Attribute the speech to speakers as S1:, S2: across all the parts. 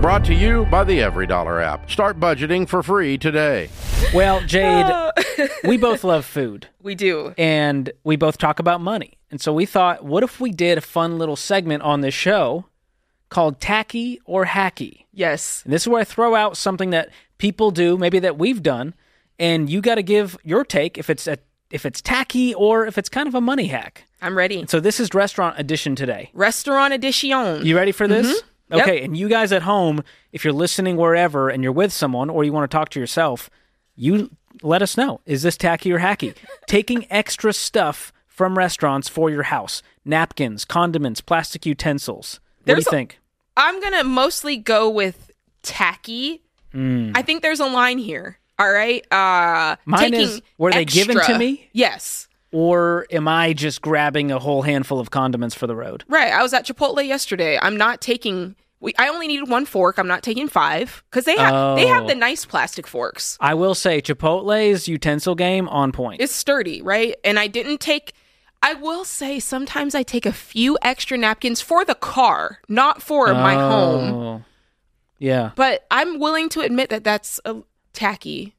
S1: Brought to you by the Every Dollar app. Start budgeting for free today.
S2: Well, Jade, we both love food
S3: we do.
S2: and we both talk about money. And so we thought, what if we did a fun little segment on this show called Tacky or Hacky?
S3: Yes.
S2: And this is where I throw out something that people do, maybe that we've done, and you got to give your take if it's a if it's tacky or if it's kind of a money hack.
S3: I'm ready.
S2: So this is restaurant edition today.
S3: Restaurant edition.
S2: You ready for this?
S3: Mm-hmm. Yep.
S2: Okay, and you guys at home, if you're listening wherever and you're with someone or you want to talk to yourself, you let us know. Is this tacky or hacky? Taking extra stuff from restaurants for your house. Napkins, condiments, plastic utensils. What
S3: There's
S2: do
S3: a-
S2: you think?
S3: I'm going to mostly go with tacky.
S2: Hmm.
S3: I think there's a line here. All right. Uh
S2: Mine
S3: taking
S2: is, were they given
S3: extra-
S2: to me?
S3: Yes.
S2: or am I just grabbing a whole handful of condiments for the road?
S3: Right. I was at Chipotle yesterday. I'm not taking we, I only needed one fork. I'm not taking five cuz they have they have
S2: Oh.
S3: the nice plastic forks.
S2: I will say Chipotle's utensil game on point.
S3: It's sturdy, right? And I didn't take I will say sometimes I take a few extra napkins for the car, not for my home.
S2: Oh. Yeah,
S3: But I'm willing to admit that that's a tacky.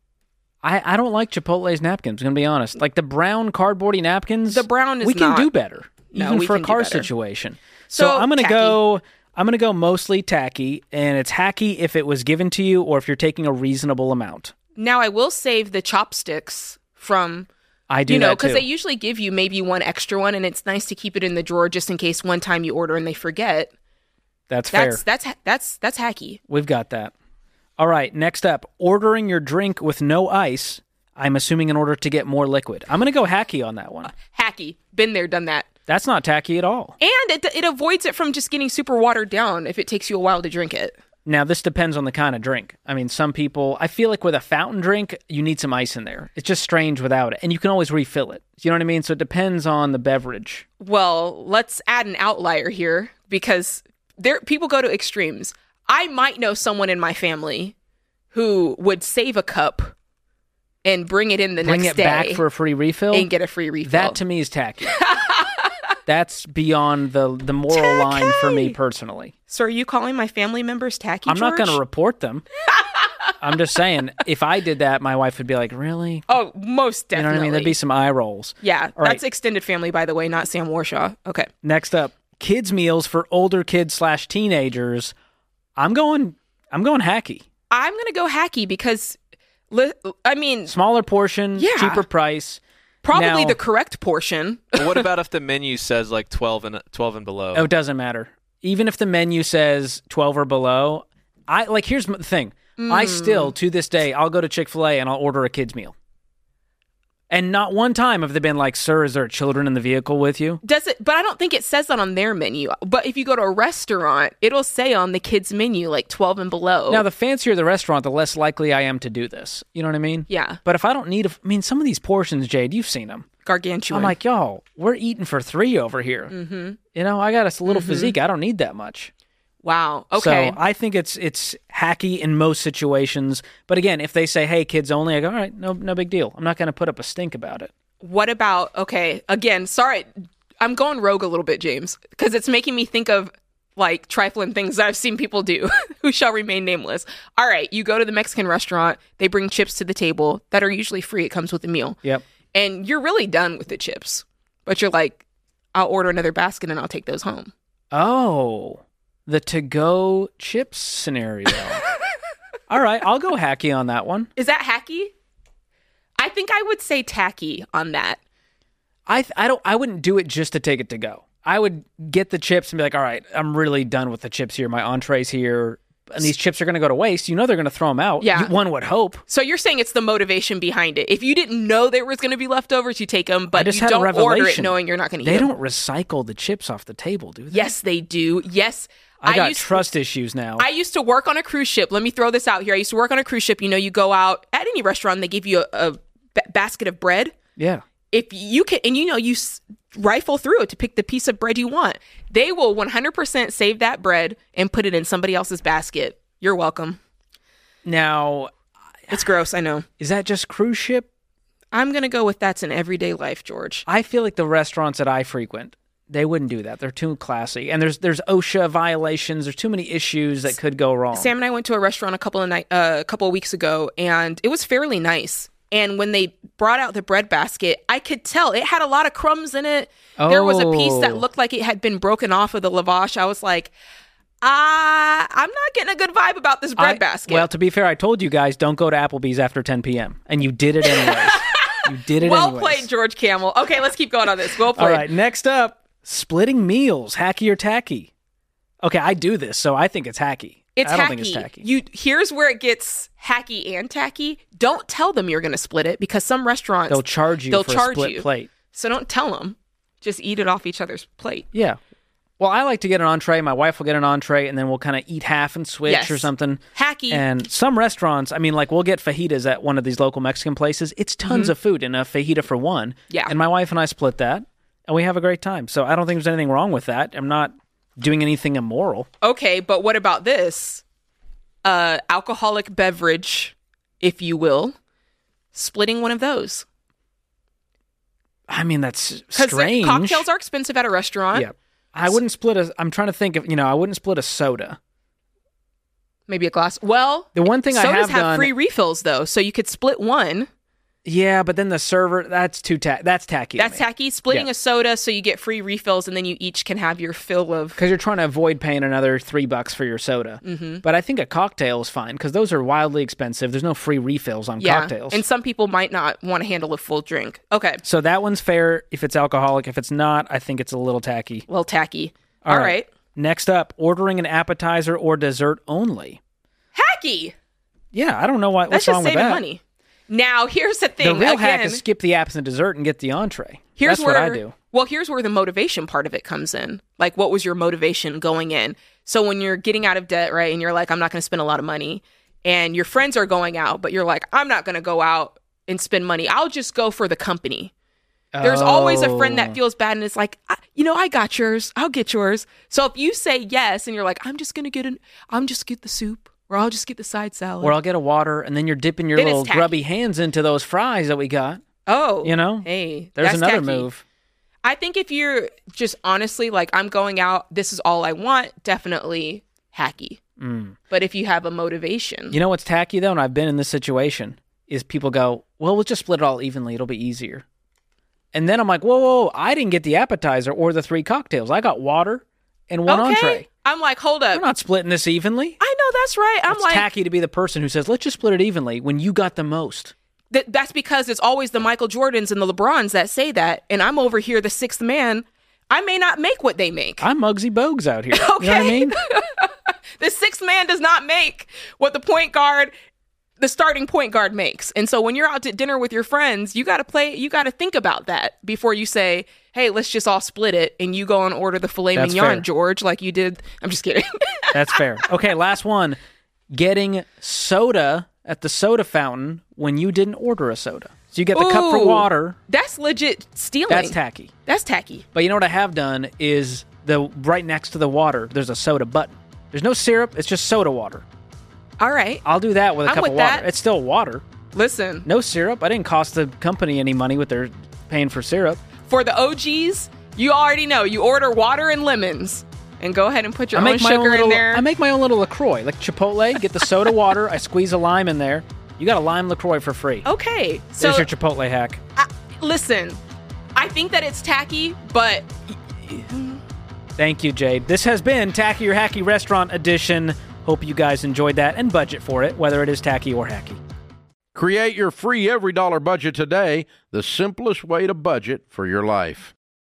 S2: I, I don't like Chipotle's napkins. I'm gonna be honest. Like the brown cardboardy napkins.
S3: The brown is
S2: we can
S3: not-
S2: do better,
S3: No,
S2: even
S3: we
S2: for a
S3: can do
S2: car
S3: better.
S2: situation. So,
S3: So,
S2: I'm gonna
S3: tacky.
S2: go. I'm gonna go mostly tacky, and it's hacky if it was given to you or if you're taking a reasonable amount.
S3: Now I will save the chopsticks from
S2: I do
S3: you know
S2: that too.
S3: because they usually give you maybe one extra one, and it's nice to keep it in the drawer just in case one time you order and they forget.
S2: that's fair.
S3: That's that's ha- that's that's hacky.
S2: We've got that. All right, next up, ordering your drink with no ice. I'm assuming in order to get more liquid. I'm going to go hacky on that one.
S3: Hacky. Been there, done that.
S2: That's not tacky at all.
S3: And it it avoids it from just getting super watered down if it takes you a while to drink it.
S2: Now, this depends on the kind of drink. I mean, some people, I feel like with a fountain drink, you need some ice in there. It's just strange without it. And you can always refill it. You know what I mean? So it depends on the beverage.
S3: Well, let's add an outlier here because there people go to extremes. I might know someone in my family who would save a cup and bring it in the
S2: Bring
S3: next
S2: it
S3: day
S2: back for a free refill.
S3: and get a free refill.
S2: that to me is tacky. That's beyond the, the moral line for me personally.
S3: So are you calling my family members tacky?
S2: I'm not going to
S3: George?
S2: report them. I'm just saying, if I did that, my wife would be like, "Really?"
S3: oh, most
S2: You know
S3: definitely.
S2: what I mean? There'd be some eye rolls.
S3: yeah,
S2: All right.
S3: that's extended family, by the way, not Sam Warshaw. Okay.
S2: Next up, kids meals for older kids slash teenagers. I'm going. I'm going hacky.
S3: I'm going to go hacky because, li- I mean,
S2: Smaller portion,
S3: Yeah.
S2: cheaper price.
S3: probably
S2: Now-
S3: the correct portion.
S4: But what about if the menu says like 12 and 12 and below?
S2: Oh, it doesn't matter. Even if the menu says 12 or below, I like. Here's m- the thing. I
S3: Hmm.
S2: still to this day, I'll go to Chick Fil A and I'll order a kids meal. And not one time have they been like, "Sir, is there children in the vehicle with you?"
S3: Does it? But I don't think it says that on their menu. But if you go to a restaurant, it'll say on the kids' menu like 12 and below.
S2: Now, the fancier the restaurant, the less likely I am to do this. You know what I mean?
S3: Yeah.
S2: But if I don't need, a, I mean, some of these portions, Jade, you've seen them.
S3: gargantuan.
S2: I'm like, yo, we're eating for three over here. Mm-hmm. You know, I got a s- little
S3: Mm-hmm.
S2: physique. I don't need that much.
S3: wow. Okay.
S2: So I think it's it's hacky in most situations. But again, if they say, hey, kids only, I go, all right, no, no big deal. I'm not going to put up a stink about it.
S3: what about? Okay. Again, sorry, I'm going rogue a little bit, James, because it's making me think of like trifling things that I've seen people do who shall remain nameless. All right, you go to the Mexican restaurant. They bring chips to the table that are usually free. It comes with a meal,
S2: Yep.
S3: and you're really done with the chips, but you're like, I'll order another basket and I'll take those home.
S2: Oh, the to go chips scenario. all right, I'll go hacky on that one.
S3: Is that hacky? I think I would say tacky on that.
S2: I th- I don't I wouldn't do it just to take it to go. I would get the chips and be like, all right, I'm really done with the chips here. My entrees here, and these chips are going to go to waste. You know they're going to throw them out.
S3: Yeah.
S2: You- one would hope.
S3: So you're saying it's the motivation behind it. If you didn't know there was going to be leftovers, you take them,
S2: I
S3: but
S2: just
S3: you
S2: had a
S3: don't order it
S2: revelation.
S3: knowing you're not going to eat
S2: They
S3: 'em.
S2: don't recycle the chips off the table, do they?
S3: Yes, they do. Yes.
S2: I got
S3: used,
S2: trust issues now.
S3: I used to work on a cruise ship. Let me throw this out here. I used to work on a cruise ship. You know, you go out at any restaurant, they give you a, a ba- basket of bread.
S2: yeah.
S3: If you can, and you know, you s- rifle through it to pick the piece of bread you want, they will 100% save that bread and put it in somebody else's basket. You're welcome.
S2: Now,
S3: It's gross. I know.
S2: is that just cruise ship?
S3: I'm gonna go with that's an everyday life, George.
S2: I feel like the restaurants that I frequent, They wouldn't do that. They're too classy. And there's there's OSHA violations. There's too many issues that could go wrong.
S3: Sam and I went to a restaurant a couple of night uh, a couple of weeks ago, and it was fairly nice. And when they brought out the bread basket, I could tell it had a lot of crumbs in it. There was a piece that
S2: Oh.
S3: looked like it had been broken off of the lavash. I was like, ah, I'm not getting a good vibe about this bread
S2: I-
S3: basket.
S2: Well, to be fair, I told you guys don't go to Applebee's after 10 p.m. and you did it anyways. you did it
S3: well
S2: anyways.
S3: played, George Camel. Okay, let's keep going on this. Well played.
S2: All right, next up, splitting meals, hacky or tacky. Okay, I do this, so I think it's hacky.
S3: It's
S2: I don't
S3: hacky.
S2: think it's tacky.
S3: You here's where it gets hacky and tacky. Don't tell them you're going to split it because some restaurants
S2: they'll charge you
S3: they'll
S2: for
S3: charge
S2: a split
S3: you.
S2: plate.
S3: So don't tell them. Just eat it off each other's plate.
S2: Yeah. Well, I like to get an entree. My wife will get an entree, and then we'll kind of eat half and switch
S3: Yes.
S2: or something.
S3: Hacky.
S2: And some restaurants, I mean, like we'll get fajitas at one of these local Mexican places. It's tons of food and a fajita for one.
S3: Mm-hmm. Yeah.
S2: And my wife and I split that, and we have a great time. So I don't think there's anything wrong with that. I'm not doing anything immoral.
S3: okay, but what about this? Uh, alcoholic beverage, if you will, splitting one of those
S2: I mean, that's
S3: because
S2: strange.
S3: cocktails are expensive at a restaurant.
S2: Yeah. I wouldn't split a. I'm trying to think of you know. I wouldn't split a soda.
S3: Maybe a glass. Well,
S2: The one thing I
S3: sodas
S2: have done-
S3: free refills though, so you could split one.
S2: Yeah, but then the server. That's too ta- That's tacky.
S3: That's tacky. Splitting
S2: Yeah.
S3: a soda so you get free refills, and then you each can have your fill of.
S2: because you're trying to avoid paying another three bucks for your soda. Mm-hmm. But I think a cocktail is fine because those are wildly expensive. There's no free refills on
S3: Yeah,
S2: cocktails.
S3: and some people might not want to handle a full drink. Okay,
S2: so that one's fair if it's alcoholic. If it's not, I think it's a little tacky.
S3: well, tacky. All right.
S2: Next up, ordering an appetizer or dessert only.
S3: hacky.
S2: Yeah, I don't know why.
S3: That's
S2: what's
S3: just
S2: wrong
S3: saving
S2: with that?
S3: money. Now, here's the
S2: The
S3: thing.
S2: real
S3: Again,
S2: hack is skip the apps and dessert and get the entree.
S3: here's
S2: that's
S3: where,
S2: what I do.
S3: Well, here's where the motivation part of it comes in. Like, what was your motivation going in? So when you're getting out of debt, right, and you're like, I'm not going to spend a lot of money, and your friends are going out, but you're like, I'm not going to go out and spend money. I'll just go for the company. There's always a friend
S2: Oh.
S3: that feels bad and is like, I, you know, I got yours. I'll get yours. So if you say yes and you're like, I'm just gonna get an, I'm just get the soup, or I'll just get the side salad.
S2: Or I'll get a water, and then you're dipping your
S3: Then it's
S2: little
S3: tacky.
S2: grubby hands into those fries that we got.
S3: oh,
S2: You know,
S3: hey,
S2: there's
S3: that's
S2: another
S3: tacky.
S2: move.
S3: I think if you're just honestly like, I'm going out, this is all I want, definitely hacky. But if you have a motivation,
S2: Mm. You know what's tacky though, and I've been in this situation, is people go, "Well, we'll just split it all evenly; it'll be easier." And then I'm like, "Whoa, whoa! whoa, I didn't get the appetizer or the three cocktails. I got water and one
S3: okay,
S2: entree.
S3: I'm like, hold up,
S2: We're not splitting this evenly."
S3: I know that's right. I'm
S2: It's
S3: like,
S2: tacky to be the person who says, "Let's just split it evenly" when you got the most.
S3: th- that's because it's always the Michael Jordans and the LeBrons that say that, and I'm over here, the sixth man. I may not make what they make.
S2: I'm Muggsy Bogues out here. You know what I
S3: Okay.
S2: mean?
S3: the sixth man does not make what the point guard the starting point guard makes and so when you're out to dinner with your friends you got to play you got to think about that before you say hey let's just all split it and you go and order the filet
S2: That's
S3: mignon
S2: fair.
S3: george like you did i'm just kidding
S2: That's fair. Okay, last one. Getting soda at the soda fountain when you didn't order a soda. So you get the cup for
S3: Ooh.
S2: water.
S3: that's legit stealing
S2: That's tacky.
S3: that's tacky
S2: But you know what I have done is the right next to the water, there's a soda button. There's no syrup, it's just soda water.
S3: all right
S2: I'll do that with a
S3: I'm
S2: cup
S3: with
S2: of water.
S3: that.
S2: It's still water.
S3: listen
S2: No syrup. I didn't cost the company any money with their paying for syrup.
S3: for the og's you already know you order water and lemons and go ahead and put your
S2: I
S3: own
S2: make my
S3: sugar
S2: own little
S3: in there
S2: I make my own little LaCroix, like Chipotle, get the soda water, I squeeze a lime in there. You got a lime LaCroix for free.
S3: okay Oh, so
S2: There's your Chipotle hack.
S3: I- listen, I think that it's tacky, but
S2: Thank you, Jade. This has been Tacky or Hacky Restaurant Edition. Hope you guys enjoyed that and budget for it, whether it is tacky or hacky.
S1: Create your free every dollar budget today, the simplest way to budget for your life.